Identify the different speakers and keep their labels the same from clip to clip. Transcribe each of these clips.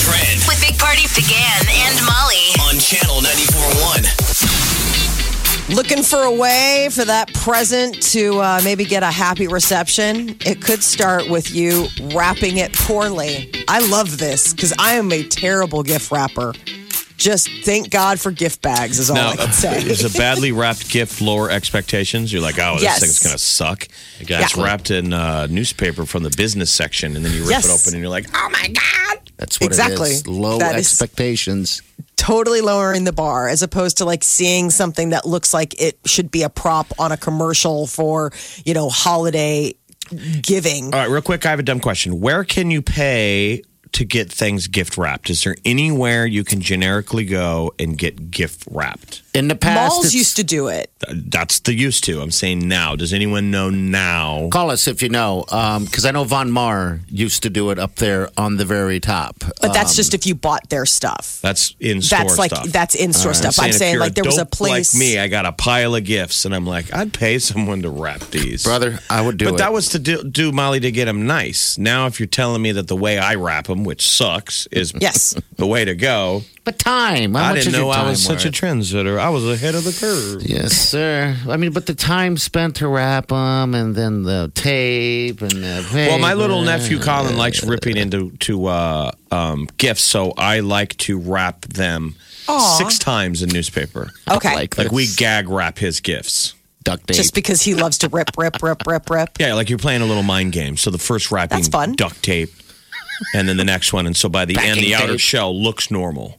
Speaker 1: trend
Speaker 2: with Big Party began and Molly.
Speaker 1: on channel 94.1.
Speaker 3: Looking for a way for that present to uh, maybe get a happy reception? It could start with you wrapping it poorly. I love this because I am a terrible gift wrapper. Just thank God for gift bags, is all I can
Speaker 4: a-
Speaker 3: say.
Speaker 4: is a badly wrapped gift lower expectations? You're like, oh, this
Speaker 3: Yes.
Speaker 4: thing's gonna suck. It's
Speaker 3: Exactly.
Speaker 4: wrapped in uh, newspaper from the business section, and then you rip
Speaker 3: Yes.
Speaker 4: it open, and you're like, oh my god.
Speaker 5: That's what
Speaker 3: Exactly.
Speaker 5: it is. Low
Speaker 3: That is-
Speaker 5: expectations.
Speaker 3: totally lowering the bar as opposed to like seeing something that looks like it should be a prop on a commercial for, you know, holiday giving.
Speaker 5: Uh,
Speaker 4: All right, real quick, I have a dumb question. Where can you pay to get things gift wrapped? Is there anywhere you can generically go and get gift wrapped?
Speaker 5: In the past,
Speaker 3: Malls
Speaker 5: it's-
Speaker 3: used to do it.
Speaker 4: Th- That's the used to. I'm saying now. Does anyone know now?
Speaker 5: call us if you know, because I know Von Maur used to do it up there on the very top. Uh,
Speaker 3: But that's
Speaker 5: Um,
Speaker 3: just if you bought their stuff.
Speaker 4: That's in store
Speaker 3: That's like
Speaker 4: stuff.
Speaker 3: that's in store stuff. I'm
Speaker 4: if
Speaker 3: saying
Speaker 4: you're
Speaker 3: like there was a
Speaker 4: dope
Speaker 3: place
Speaker 4: like me. I got a pile of gifts, and I'm like, I'd pay someone to wrap these,
Speaker 5: brother, I would do
Speaker 4: But
Speaker 5: it.
Speaker 4: that was to do, do Molly to get them nice. Now, if you're telling me that the way I wrap them, which sucks, is
Speaker 3: Yes.
Speaker 4: the way to go,
Speaker 5: but time. How
Speaker 4: I
Speaker 5: much
Speaker 4: didn't
Speaker 5: is your
Speaker 4: know I
Speaker 5: time
Speaker 4: was such a
Speaker 5: worth?
Speaker 4: trendsetter. I was ahead of the curve.
Speaker 5: Yes, sir. I mean, but the time spent to wrap them, and then the tape, and the
Speaker 4: Well, my little
Speaker 5: paper.
Speaker 4: nephew Colin likes ripping into to uh, um, gifts, so I like to wrap them six times in newspaper.
Speaker 3: Okay.
Speaker 5: Like,
Speaker 4: Like we
Speaker 5: that's
Speaker 4: gag wrap his gifts.
Speaker 5: duct tape.
Speaker 3: just because he loves to rip, rip, rip, rip, rip.
Speaker 4: Yeah, like you're playing a little mind game. So the first wrapping
Speaker 3: That's fun.
Speaker 4: duct tape, and then the next one, and so by the end,
Speaker 5: Packing
Speaker 4: the outer
Speaker 5: tape.
Speaker 4: shell looks normal.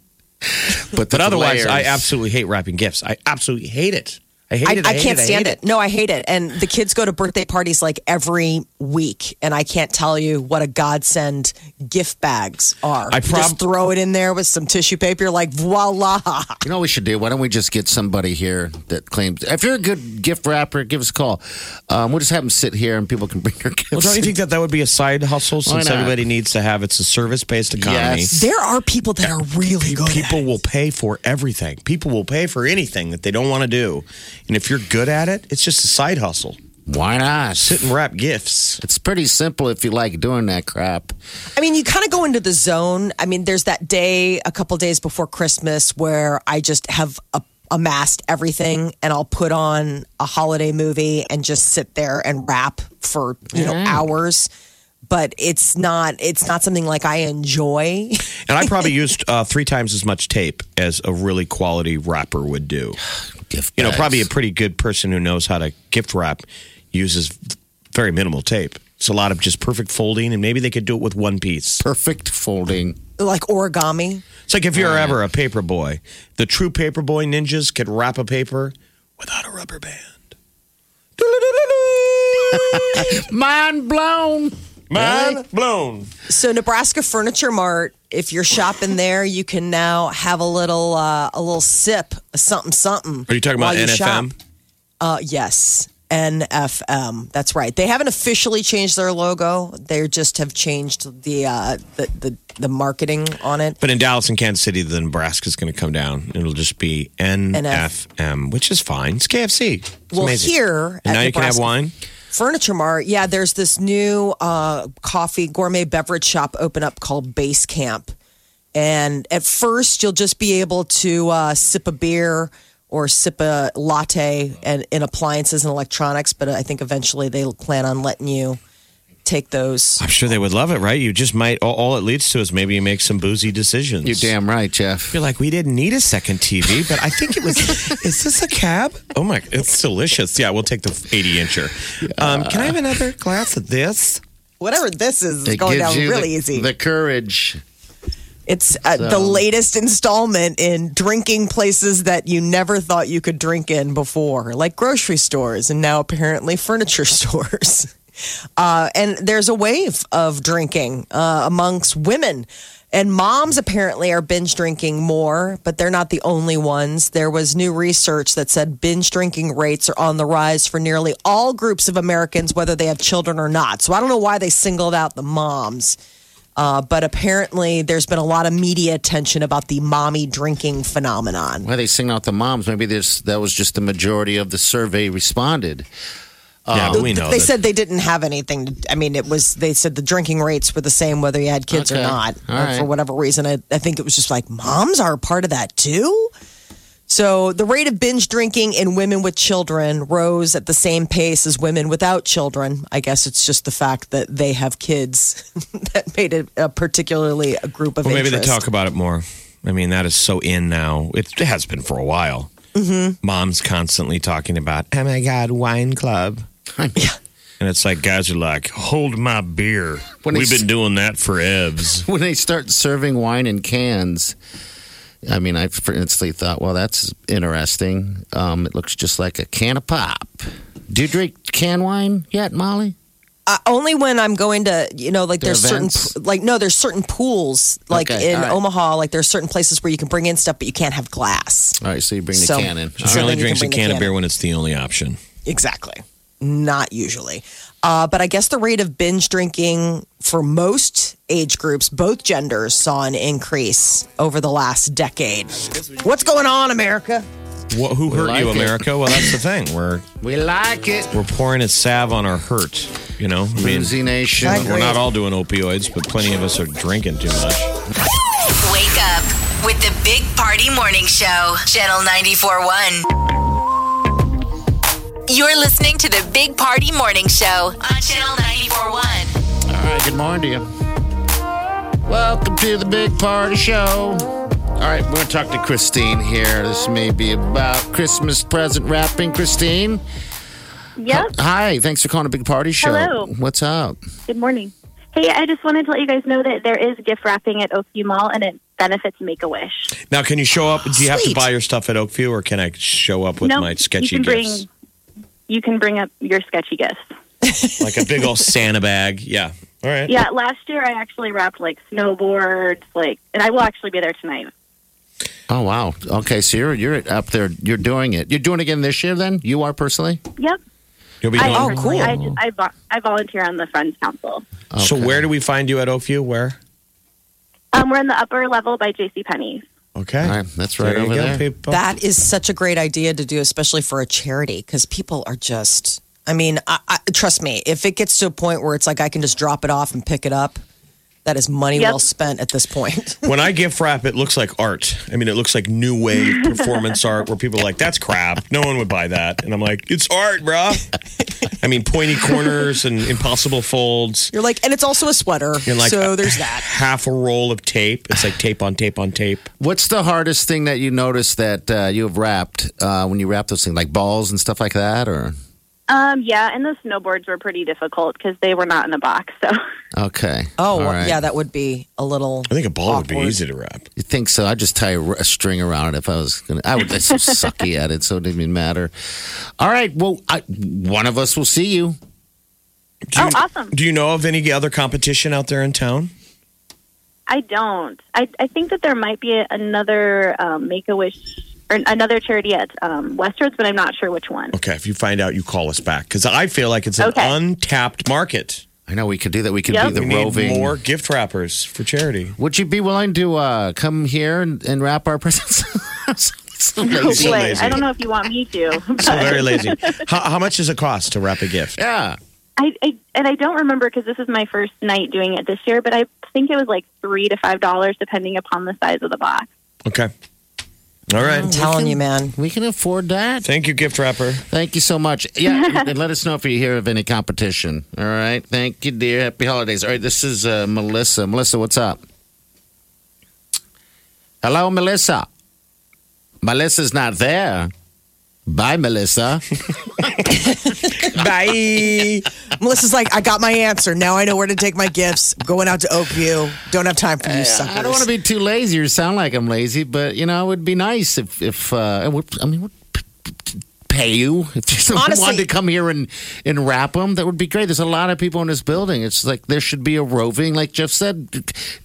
Speaker 5: but,
Speaker 4: But otherwise, I
Speaker 5: layers.
Speaker 4: absolutely hate wrapping gifts. I absolutely hate it. I hate
Speaker 3: I,
Speaker 4: it.
Speaker 3: I
Speaker 4: hate
Speaker 3: can't
Speaker 4: hate
Speaker 3: stand it. No, I hate it. And the kids go to birthday parties like every week, and I can't tell you what a godsend gift bags are.
Speaker 4: I prob-
Speaker 3: just throw it in there with some tissue paper, like voila.
Speaker 5: You know what we should do? Why don't we just get somebody here that claims? If you're a good gift wrapper, give us a call. Um, we'll just have them sit here, and people can bring their gifts.
Speaker 4: Well, don't you think that that would be a side hustle since
Speaker 5: not?
Speaker 4: everybody needs to have it's a service based economy?
Speaker 5: Yes.
Speaker 3: There are people that are really good.
Speaker 4: People
Speaker 3: at it.
Speaker 4: will pay for everything. People will pay for anything that they don't want to do. And if you're good at it, it's just a side hustle.
Speaker 5: Why not?
Speaker 4: Sit and wrap gifts.
Speaker 5: It's pretty simple if you like doing that crap.
Speaker 3: I mean, you kind of go into the zone. I mean, there's that day a couple days before Christmas where I just have a, amassed everything and I'll put on a holiday movie and just sit there and rap for, you know, hours. But it's not it's not something like I enjoy.
Speaker 4: And I probably used uh, three times as much tape as a really quality wrapper would do.
Speaker 5: Gift
Speaker 4: You know,
Speaker 5: bags.
Speaker 4: probably a pretty good person who knows how to gift wrap uses very minimal tape. It's a lot of just perfect folding, and maybe they could do it with one piece.
Speaker 5: perfect folding.
Speaker 3: Like origami.
Speaker 4: It's like if you're ever a paper boy, the true paper boy ninjas could wrap a paper without a rubber band.
Speaker 5: Mind blown.
Speaker 4: Mind blown.
Speaker 3: So Nebraska Furniture Mart, if you're shopping there, you can now have a little uh, a little sip of something something.
Speaker 4: Are you talking about
Speaker 3: while you
Speaker 4: NFM?
Speaker 3: shop. Uh, yes, NFM. That's right. They haven't officially changed their logo. They just have changed the uh, the, the the marketing on it.
Speaker 4: But in Dallas and Kansas City, the Nebraska's going to come down. It'll just be
Speaker 3: NF.
Speaker 4: NFM, which is fine. It's KFC. It's
Speaker 3: Well,
Speaker 4: amazing.
Speaker 3: here
Speaker 4: And
Speaker 3: at
Speaker 4: now you can have
Speaker 3: Nebraska-
Speaker 4: wine.
Speaker 3: Furniture Mart, yeah, there's this new uh, coffee gourmet beverage shop open up called Base Camp. And at first, you'll just be able to uh, sip a beer or sip a latte and in appliances and electronics, but I think eventually they plan on letting you take those.
Speaker 4: I'm sure they would love it, right? You just might. All, all it leads to is maybe you make some boozy decisions.
Speaker 5: You're damn right, Jeff.
Speaker 4: You're like, we didn't need a second TV, but I think it was. is this a cab? Oh my, it's delicious. Yeah, we'll take the 80 incher. Um, can I have another glass of this?
Speaker 3: Whatever this is, is
Speaker 5: It
Speaker 3: going
Speaker 5: gives
Speaker 3: down
Speaker 5: you
Speaker 3: really
Speaker 5: the,
Speaker 3: easy.
Speaker 5: The courage.
Speaker 3: it's uh, the latest installment in drinking places that you never thought you could drink in before, like grocery stores and now apparently furniture stores. Uh, and there's a wave of drinking uh, amongst women. And moms apparently are binge drinking more, but they're not the only ones. There was new research that said binge drinking rates are on the rise for nearly all groups of Americans, whether they have children or not. So I don't know why they singled out the moms. Uh, but apparently, there's been a lot of media attention about the mommy drinking phenomenon.
Speaker 5: Why they sing out the moms? Maybe there's that was just the majority of the survey responded.
Speaker 4: yeah, but we know.
Speaker 3: they
Speaker 4: that-
Speaker 3: said they didn't have anything. To, I mean, it was they said the drinking rates were the same whether you had kids or
Speaker 5: Okay.
Speaker 3: not.
Speaker 5: All
Speaker 3: And
Speaker 5: right.
Speaker 3: For whatever reason, I, I think it was just like moms are a part of that too. So the rate of binge drinking in women with children rose at the same pace as women without children. I guess it's just the fact that they have kids that made it a particularly a group of
Speaker 4: well, maybe they
Speaker 3: interest.
Speaker 4: talk about it more. I mean, that is so in now. It has been for a while. Mom's constantly talking about, oh my God, wine club. And it's like guys are like, hold my beer.
Speaker 5: When
Speaker 4: We've
Speaker 5: it's-
Speaker 4: been doing that for evs.
Speaker 5: When they start serving wine in cans, I mean, I for instantly thought, well, that's interesting. Um, it looks just like a can of pop. Do you drink can wine yet, Molly?
Speaker 3: uh, only when I'm going to, you know, like
Speaker 5: Their
Speaker 3: there's certain,
Speaker 5: events?
Speaker 3: p- like no, there's certain pools, like
Speaker 5: Okay,
Speaker 3: in
Speaker 5: all right.
Speaker 3: Omaha, like there's certain places where you can bring in stuff, but you can't have glass.
Speaker 5: All right, so you bring the
Speaker 3: So-
Speaker 5: can in.
Speaker 4: She
Speaker 3: So
Speaker 4: only
Speaker 3: then you can
Speaker 4: drinks a
Speaker 3: bring the
Speaker 4: can of
Speaker 3: can
Speaker 4: beer
Speaker 3: in.
Speaker 4: when it's the only option.
Speaker 3: Exactly. Not usually. Uh, but I guess the rate of binge drinking for most age groups, both genders, saw an increase over the last decade. What's going on, America?
Speaker 4: Wha who hurt
Speaker 5: like
Speaker 4: you,
Speaker 5: it.
Speaker 4: America? Well, that's the thing. We're
Speaker 5: We like it.
Speaker 4: we're pouring a salve on our hurt. You know, I mean,
Speaker 5: Boozy Nation.
Speaker 3: I agree.
Speaker 4: we're not all doing opioids, but plenty of us are drinking too much.
Speaker 2: Wake up with the Big Party Morning Show, Channel 94.1. You're listening to the Big Party Morning Show on Channel 94.1.
Speaker 5: All right, good morning to you. Welcome to the Big Party Show. All right, we're going to talk to Christine here. This may be about Christmas present wrapping. Christine,
Speaker 6: Yes.
Speaker 5: hi. Thanks for calling the Big Party Show.
Speaker 6: Hello.
Speaker 5: What's up?
Speaker 6: Good morning. Hey, I just wanted to let you guys know that there is gift wrapping at Oakview Mall, and it benefits Make a Wish.
Speaker 4: Now, can you show up? Do you have to
Speaker 3: Sweet.
Speaker 4: buy your stuff at Oakview, or can I show up with
Speaker 6: No,
Speaker 4: my sketchy
Speaker 6: you can
Speaker 4: gifts,
Speaker 6: Bring, you can bring up your sketchy gifts.
Speaker 4: like a big old Santa bag? Yeah. All right.
Speaker 6: Yeah, last year I actually wrapped like snowboards, like, and I will actually be there tonight.
Speaker 5: Oh wow. Okay, so you're you're up there. You're doing it. You're doing it again this year. Then you are personally.
Speaker 6: Yep.
Speaker 4: You'll be
Speaker 6: I,
Speaker 4: going.
Speaker 3: Oh, cool.
Speaker 6: I, just, I, vo- I volunteer on the Friends Council.
Speaker 4: So,
Speaker 5: Okay.
Speaker 4: where do we find you at Oakview? Where?
Speaker 6: Um, we're in the upper level by J C Penney's.
Speaker 4: Okay.
Speaker 5: All right, that's right
Speaker 4: there you
Speaker 5: over
Speaker 4: go,
Speaker 5: there.
Speaker 4: people.
Speaker 3: That is such a great idea to do, especially for a charity, because people are just. I mean, I, I, trust me, if it gets to a point where it's like I can just drop it off and pick it up, that is money
Speaker 6: Yep.
Speaker 3: well spent at this point.
Speaker 4: when I gift wrap, it looks like art. I mean, it looks like new wave performance art where people are like, that's crap. No one would buy that. And I'm like, it's art, bruh. I mean, pointy corners and impossible folds.
Speaker 3: You're like, and it's also a sweater.
Speaker 4: And like uh,
Speaker 3: so
Speaker 4: a-
Speaker 3: there's that.
Speaker 4: Half a roll of tape. It's like tape on tape on tape.
Speaker 5: What's the hardest thing that you notice that uh, you have wrapped uh, when you wrap those things, like balls and stuff like that, or?
Speaker 6: Um, yeah, and the snowboards were pretty difficult because they were not in a box. So
Speaker 5: Okay.
Speaker 3: Oh,
Speaker 5: All
Speaker 3: well,
Speaker 5: right.
Speaker 3: yeah, that would be a little.
Speaker 4: I think a ball would be
Speaker 3: Awkward.
Speaker 4: easy to wrap.
Speaker 5: You think so? I'd just tie a, r- a string around it if I was gonna. I would. I'm so sucky at it, so it didn't even matter. All right. Well, I, one of us will see you.
Speaker 4: Do you,
Speaker 6: Oh, awesome.
Speaker 4: Do you know of any other competition out there in town?
Speaker 6: I don't. I, I think that there might be another um, Make a Wish or another charity at um, Westwards, but I'm not sure which one.
Speaker 4: Okay, if you find out, you call us back because I feel like it's an
Speaker 6: Okay.
Speaker 4: untapped market.
Speaker 5: I know we could do that. We could
Speaker 6: Yep.
Speaker 5: be the
Speaker 4: We need
Speaker 5: roving.
Speaker 4: more gift wrappers for charity.
Speaker 5: Would you be willing to uh, come here and, and wrap our presents? So lazy.
Speaker 4: so
Speaker 6: Wait,
Speaker 4: lazy.
Speaker 6: I don't know if you want me to. But
Speaker 4: So very lazy. how, how much does it cost to wrap a gift?
Speaker 5: yeah.
Speaker 6: I, I and I don't remember because this is my first night doing it this year, but I think it was like three to five dollars depending upon the size of the box.
Speaker 4: Okay. All
Speaker 3: I'm
Speaker 4: right.
Speaker 3: telling you, man.
Speaker 5: We can afford that.
Speaker 4: Thank you, gift wrapper.
Speaker 5: Thank you so much. Yeah, and let us know if you hear of any competition. All right. Thank you, dear. Happy holidays. All right. This is uh, Melissa. Melissa, what's up? Hello, Melissa. Melissa's not there. Bye, Melissa.
Speaker 4: Bye.
Speaker 3: Melissa's like, I got my answer. Now I know where to take my gifts. I'm going out to Oakview. Don't have time for you suckers.
Speaker 5: I don't want to be too lazy or sound like I'm lazy, but you know, it would be nice if, if uh, and we're- I mean, we're p- p- pay you. If someone
Speaker 3: Honestly-
Speaker 5: wanted to come here and, and wrap them, that would be great. There's a lot of people in this building. It's like there should be a roving, like Jeff said,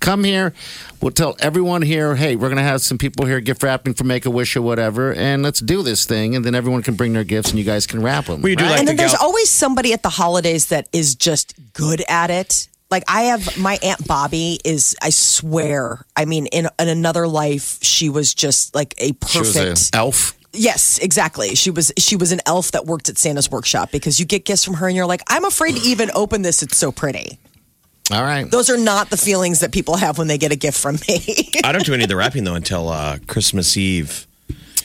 Speaker 5: come here. We'll tell everyone here, hey, we're going to have some people here gift wrapping for Make a Wish or whatever, and let's do this thing. And then everyone can bring their gifts and you guys can wrap them.
Speaker 4: Well, you do like
Speaker 3: and
Speaker 4: the
Speaker 3: then there's
Speaker 4: gal-
Speaker 3: always somebody at the holidays that is just good at it. Like I have my aunt Bobby is I swear I mean in, in another life she was just like a perfect
Speaker 5: elf.
Speaker 3: Yes, exactly. She was she was an elf that worked at Santa's workshop because you get gifts from her and you're like, I'm afraid to even open this. It's so pretty.
Speaker 5: All right.
Speaker 3: Those are not the feelings that people have when they get a gift from me.
Speaker 4: I don't do any of the wrapping though until uh, Christmas Eve.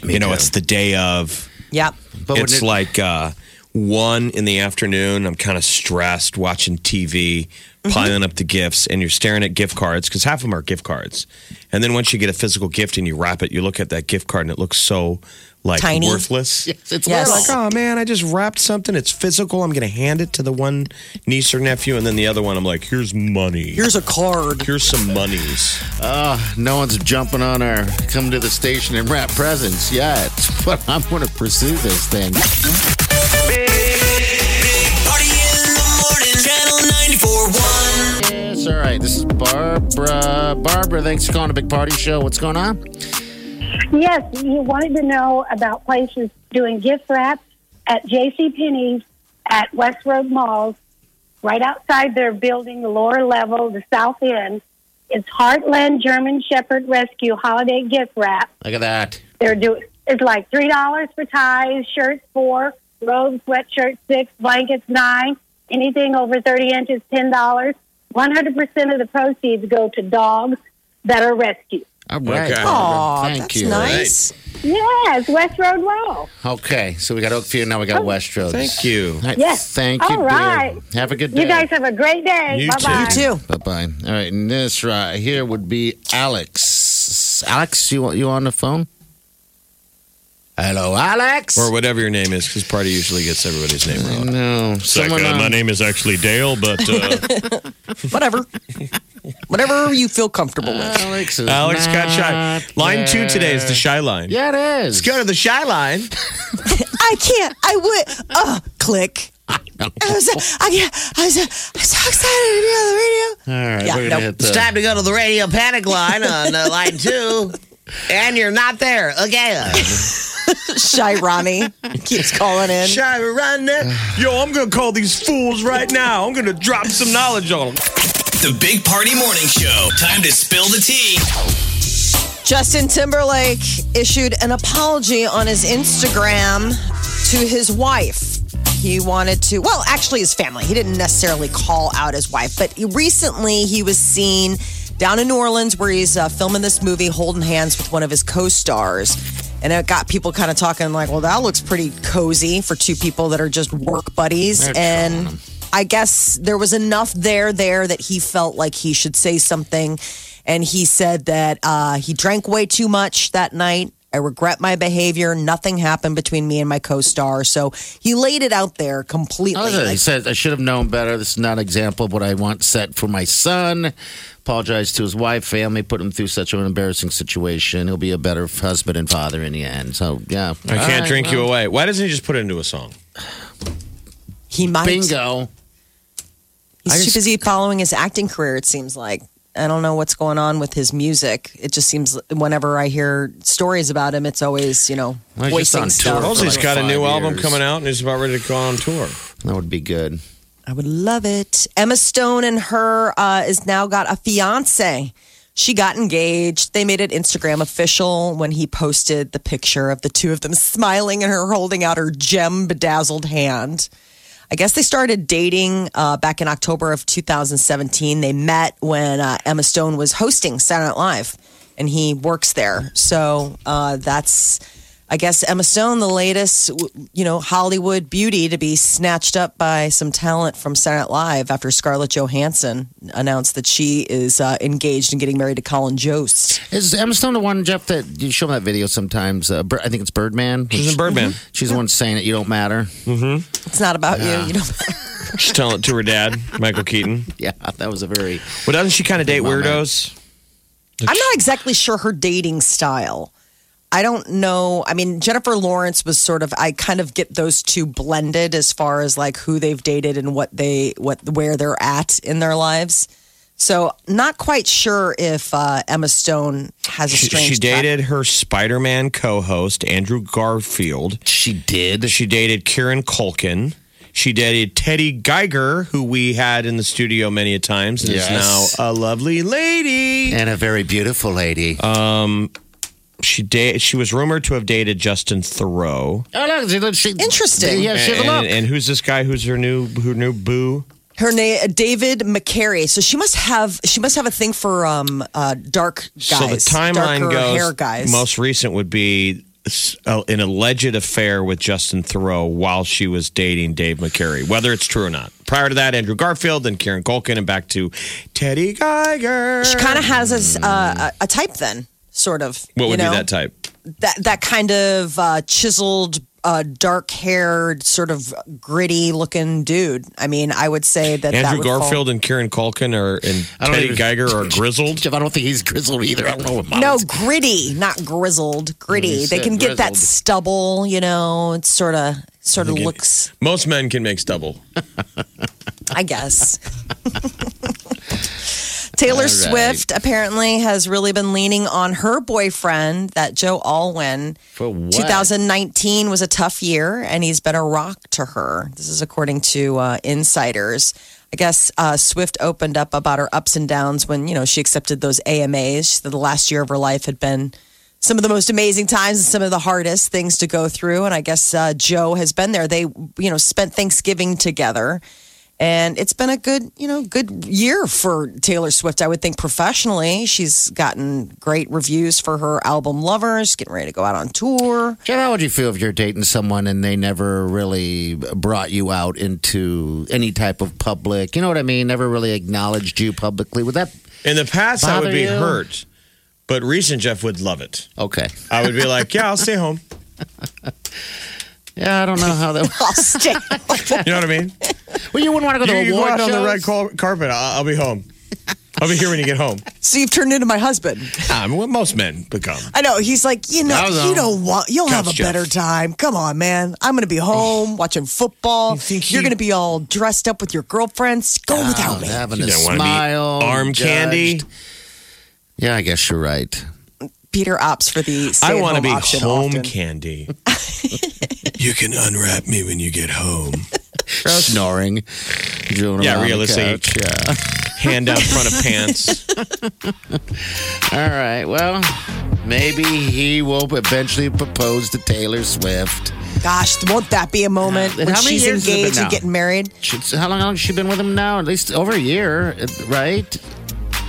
Speaker 4: you know,
Speaker 5: too.
Speaker 4: it's the day of.
Speaker 3: yep.
Speaker 5: But
Speaker 4: it's
Speaker 5: wouldn't it-
Speaker 4: like uh, one in the afternoon. I'm kind of stressed, watching TV, piling up the gifts, and you're staring at gift cards because half of them are gift cards. And then once you get a physical gift and you wrap it, you look at that gift card and it looks so like
Speaker 3: Tiny.
Speaker 4: worthless.
Speaker 5: Yes, it's
Speaker 3: Yes.
Speaker 5: little.
Speaker 4: Like, oh man, I just wrapped something. It's physical. I'm going to hand it to the one niece or nephew, and then the other one, I'm like, here's money.
Speaker 3: Here's a card.
Speaker 4: Here's some monies.
Speaker 5: Ah, No one's jumping on our come to the station and wrap presents yet, but I'm going to pursue this thing.
Speaker 1: Big Party in the morning. Channel 94.1.
Speaker 5: Yes, all right. This is Barbara. Barbara, thanks for calling a big party show. What's going on?
Speaker 7: Yes, you wanted to know about places doing gift wraps at J.C. Penney's, at West Road Malls, right outside their building, the lower level, the south end. It's Heartland German Shepherd Rescue Holiday Gift Wrap.
Speaker 5: Look at that.
Speaker 7: They're doing it's like three dollars for ties, shirts four, robes, sweatshirts six, blankets nine, anything over thirty inches ten dollars. One hundred percent of the proceeds go to dogs that are rescued.
Speaker 5: All right.
Speaker 4: Okay.
Speaker 5: Barbara,
Speaker 3: Aw,
Speaker 5: Thank
Speaker 3: that's
Speaker 5: you.
Speaker 3: nice.
Speaker 7: Yes, West Road Mall.
Speaker 5: Okay, so we got Oakview, now we got West Road.
Speaker 4: Thank you.
Speaker 5: All right,
Speaker 7: Yes.
Speaker 5: Thank you.
Speaker 7: All right.
Speaker 5: dear. Have a good day.
Speaker 7: You guys have a great day.
Speaker 4: You
Speaker 7: Bye bye.
Speaker 3: You too.
Speaker 5: Bye bye. All right, and this right here would be Alex. Alex, you you on the phone? Hello, Alex.
Speaker 4: Or whatever your name is, because party usually gets everybody's name wrong.
Speaker 5: no, Mm, someone. on-
Speaker 4: uh, name is actually Dale, but uh,
Speaker 3: Whatever. Whatever you feel comfortable with.
Speaker 5: Alex is
Speaker 4: Alex got shy.
Speaker 5: not
Speaker 4: Line two
Speaker 5: there.
Speaker 4: today is the shy line.
Speaker 5: Yeah, it is.
Speaker 4: Let's go to the shy line.
Speaker 3: I can't. I would. Oh, click. I was, uh, I, I was, I was so excited to be on the radio.
Speaker 5: All right,
Speaker 3: Yeah,
Speaker 5: we're
Speaker 3: nope.
Speaker 5: gonna hit the.
Speaker 8: to go to the radio panic line on uh, line two, and you're not there. Okay.
Speaker 3: Shy Ronnie keeps calling in.
Speaker 4: Shy run Yo, I'm gonna call these fools right now. I'm gonna drop some knowledge on them.
Speaker 1: The Big Party Morning Show. Time to spill the tea.
Speaker 3: Justin Timberlake issued an apology on his Instagram to his wife. He wanted to, well, actually, his family. He didn't necessarily call out his wife, but he- recently he was seen down in New Orleans where he's uh, filming this movie, holding hands with one of his co stars. And it got people kind of talking like, well, that looks pretty cozy for two people that are just work buddies. and. I guess there was enough there there that he felt like he should say something, and he said that uh, he drank way too much that night. I regret my behavior. Nothing happened between me and my co-star, so he laid it out there completely.
Speaker 5: Oh, he
Speaker 3: Like,
Speaker 5: said, I should have known better. This is not an example of what I want set for my son. Apologized to his wife, family, put him through such an embarrassing situation. He'll be a better husband and father in the end. So, yeah.
Speaker 4: I can't drink you away. Why doesn't he just put it into a song?
Speaker 3: he might.
Speaker 5: Bingo.
Speaker 3: He's
Speaker 5: I
Speaker 3: too
Speaker 5: just-
Speaker 3: busy following his acting career. It seems like I don't know what's going on with his music. It just seems whenever I hear stories about him, it's always you know
Speaker 5: Well, he's just
Speaker 3: voicing
Speaker 5: on
Speaker 3: stuff.
Speaker 5: tour.
Speaker 4: Suppose he's got a
Speaker 5: Five
Speaker 4: new album
Speaker 5: years.
Speaker 4: coming out and he's about ready to go on tour.
Speaker 5: That would be good.
Speaker 3: I would love it. Emma Stone and her uh, is now got a fiance. She got engaged. They made it Instagram official when he posted the picture of the two of them smiling and her holding out her gem bedazzled hand. I guess they started dating uh, back in October of 2017. They met when uh, Emma Stone was hosting Saturday Night Live, and he works there. So uh, that's, I guess, Emma Stone, the latest, w- you know, Hollywood beauty to be snatched up by some talent from Saturday Night Live after Scarlett Johansson announced that she is uh, engaged and getting married to Colin Jost.
Speaker 5: Is Emma Stone the one, Jeff, that you show that video sometimes? Uh, Bir- I think it's Birdman. Mm-hmm.
Speaker 4: She's in Birdman.
Speaker 5: She's the one saying it. You don't matter.
Speaker 3: It's not about you, you know.
Speaker 4: She's telling it to her dad, Michael Keaton.
Speaker 5: Yeah, that was a very.
Speaker 4: But doesn't she kind of date
Speaker 5: Mama.
Speaker 4: weirdos?
Speaker 3: I'm not exactly sure her dating style. I don't know. I mean, Jennifer Lawrence was sort of. I kind of get those two blended as far as like who they've dated and what they what where they're at in their lives. So not quite sure if uh, Emma Stone has a
Speaker 4: She,
Speaker 3: strange.
Speaker 4: she
Speaker 3: track-
Speaker 4: dated her Spider Man co host, Andrew Garfield.
Speaker 5: She did.
Speaker 4: She dated Kieran Culkin. She dated Teddy Geiger, who we had in the studio many a times, and
Speaker 5: Yes.
Speaker 4: is now a lovely lady.
Speaker 5: And a very beautiful lady.
Speaker 4: Uh, She da- she was rumored to have dated Justin Thoreau.
Speaker 5: oh, look, she, she,
Speaker 3: Interesting.
Speaker 5: Yeah, she
Speaker 4: and,
Speaker 5: had a look.
Speaker 4: and who's this guy? Who's her new her new boo?
Speaker 3: Her name David McCary. So she must have she must have a thing for um uh dark guys.
Speaker 4: so the timeline
Speaker 3: darker
Speaker 4: goes.
Speaker 3: hair guys.
Speaker 4: Most recent would be s- uh, an alleged affair with Justin Thoreau while she was dating Dave McCary. Whether it's true or not. Prior to that, Andrew Garfield, then Kieran Culkin, and back to Teddy Geiger.
Speaker 3: she kind of has a, s- uh, a a type then, sort of.
Speaker 4: What
Speaker 3: you
Speaker 4: would
Speaker 3: know?
Speaker 4: be that type?
Speaker 3: that that kind of uh, chiseled, uh, dark haired, sort of gritty looking dude. I mean, I would say that that
Speaker 4: Andrew
Speaker 3: would fall-
Speaker 4: Garfield and Kieran Culkin are and
Speaker 5: I don't
Speaker 4: Teddy
Speaker 5: even-
Speaker 4: Geiger are grizzled.
Speaker 5: Jeff, I don't think he's grizzled either. I don't know what mine
Speaker 3: No,
Speaker 5: is.
Speaker 3: gritty, not grizzled. Gritty.
Speaker 5: You
Speaker 3: They
Speaker 5: said
Speaker 3: can get that
Speaker 5: grizzled.
Speaker 3: stubble. You know, it sort of sort of
Speaker 4: it-
Speaker 3: looks.
Speaker 4: Most men can make stubble.
Speaker 3: I guess. Taylor
Speaker 5: All right.
Speaker 3: Swift apparently has really been leaning on her boyfriend, that Joe Alwyn.
Speaker 5: For what?
Speaker 3: 2019 was a tough year, and he's been a rock to her. This is according to uh, insiders. I guess uh, Swift opened up about her ups and downs when you know she accepted those AMAs. She said the last year of her life had been some of the most amazing times and some of the hardest things to go through. And I guess uh, Joe has been there. They you know spent Thanksgiving together. And it's been a good, you know, good year for Taylor Swift. I would think professionally, she's gotten great reviews for her album "Lovers." Getting ready to go out on tour.
Speaker 5: Jeff, how would you feel if you're dating someone and they never really brought you out into any type of public? You know what I mean? Never really acknowledged you publicly. Would that
Speaker 4: In the past, I would
Speaker 5: Bother
Speaker 4: be
Speaker 5: you?
Speaker 4: hurt, but recent Jeff would love it.
Speaker 5: okay?
Speaker 4: I would be like, yeah, I'll stay home.
Speaker 5: Yeah, I don't know how that.
Speaker 3: I'll stay.
Speaker 4: You know what I mean?
Speaker 5: well, you wouldn't want to go
Speaker 4: You,
Speaker 5: to
Speaker 4: you go
Speaker 5: award
Speaker 4: out on the
Speaker 5: shows?
Speaker 4: red car- carpet. I'll, I'll be home. I'll be here when you get home.
Speaker 3: so you've turned into my husband.
Speaker 4: I'm what Ah, most men become.
Speaker 3: I know. He's like, you know,
Speaker 5: I don't know.
Speaker 3: you don't want. You'll have a
Speaker 4: Gotcha.
Speaker 3: better time. Come on, man. I'm going to be home watching football. You
Speaker 4: think
Speaker 3: are
Speaker 4: he-
Speaker 3: going to be all dressed up with your girlfriends. Go without me.
Speaker 5: Having
Speaker 4: You
Speaker 5: a
Speaker 4: don't want to be
Speaker 5: smile,
Speaker 4: arm
Speaker 5: judged.
Speaker 4: candy.
Speaker 5: Yeah, I guess you're right.
Speaker 3: Peter opts for the.
Speaker 4: I want
Speaker 3: want
Speaker 4: to be
Speaker 3: option
Speaker 4: home
Speaker 3: often.
Speaker 4: candy. you can unwrap me when you get home.
Speaker 5: Snoring, drooling
Speaker 4: Yeah,
Speaker 5: around the
Speaker 4: realistic.
Speaker 5: couch.
Speaker 4: Hand down front of pants.
Speaker 5: All right. Well, maybe he will eventually propose to Taylor Swift.
Speaker 3: Gosh, won't that be a moment
Speaker 5: And
Speaker 3: when
Speaker 5: how many
Speaker 3: she's
Speaker 5: years has it been
Speaker 3: engaged and
Speaker 5: now?
Speaker 3: getting married?
Speaker 5: She's, how long has she been with him now? At least over a year, right?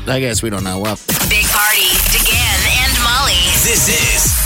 Speaker 5: I guess we don't know. Well,
Speaker 2: Big Party, DeGan and Molly
Speaker 1: This is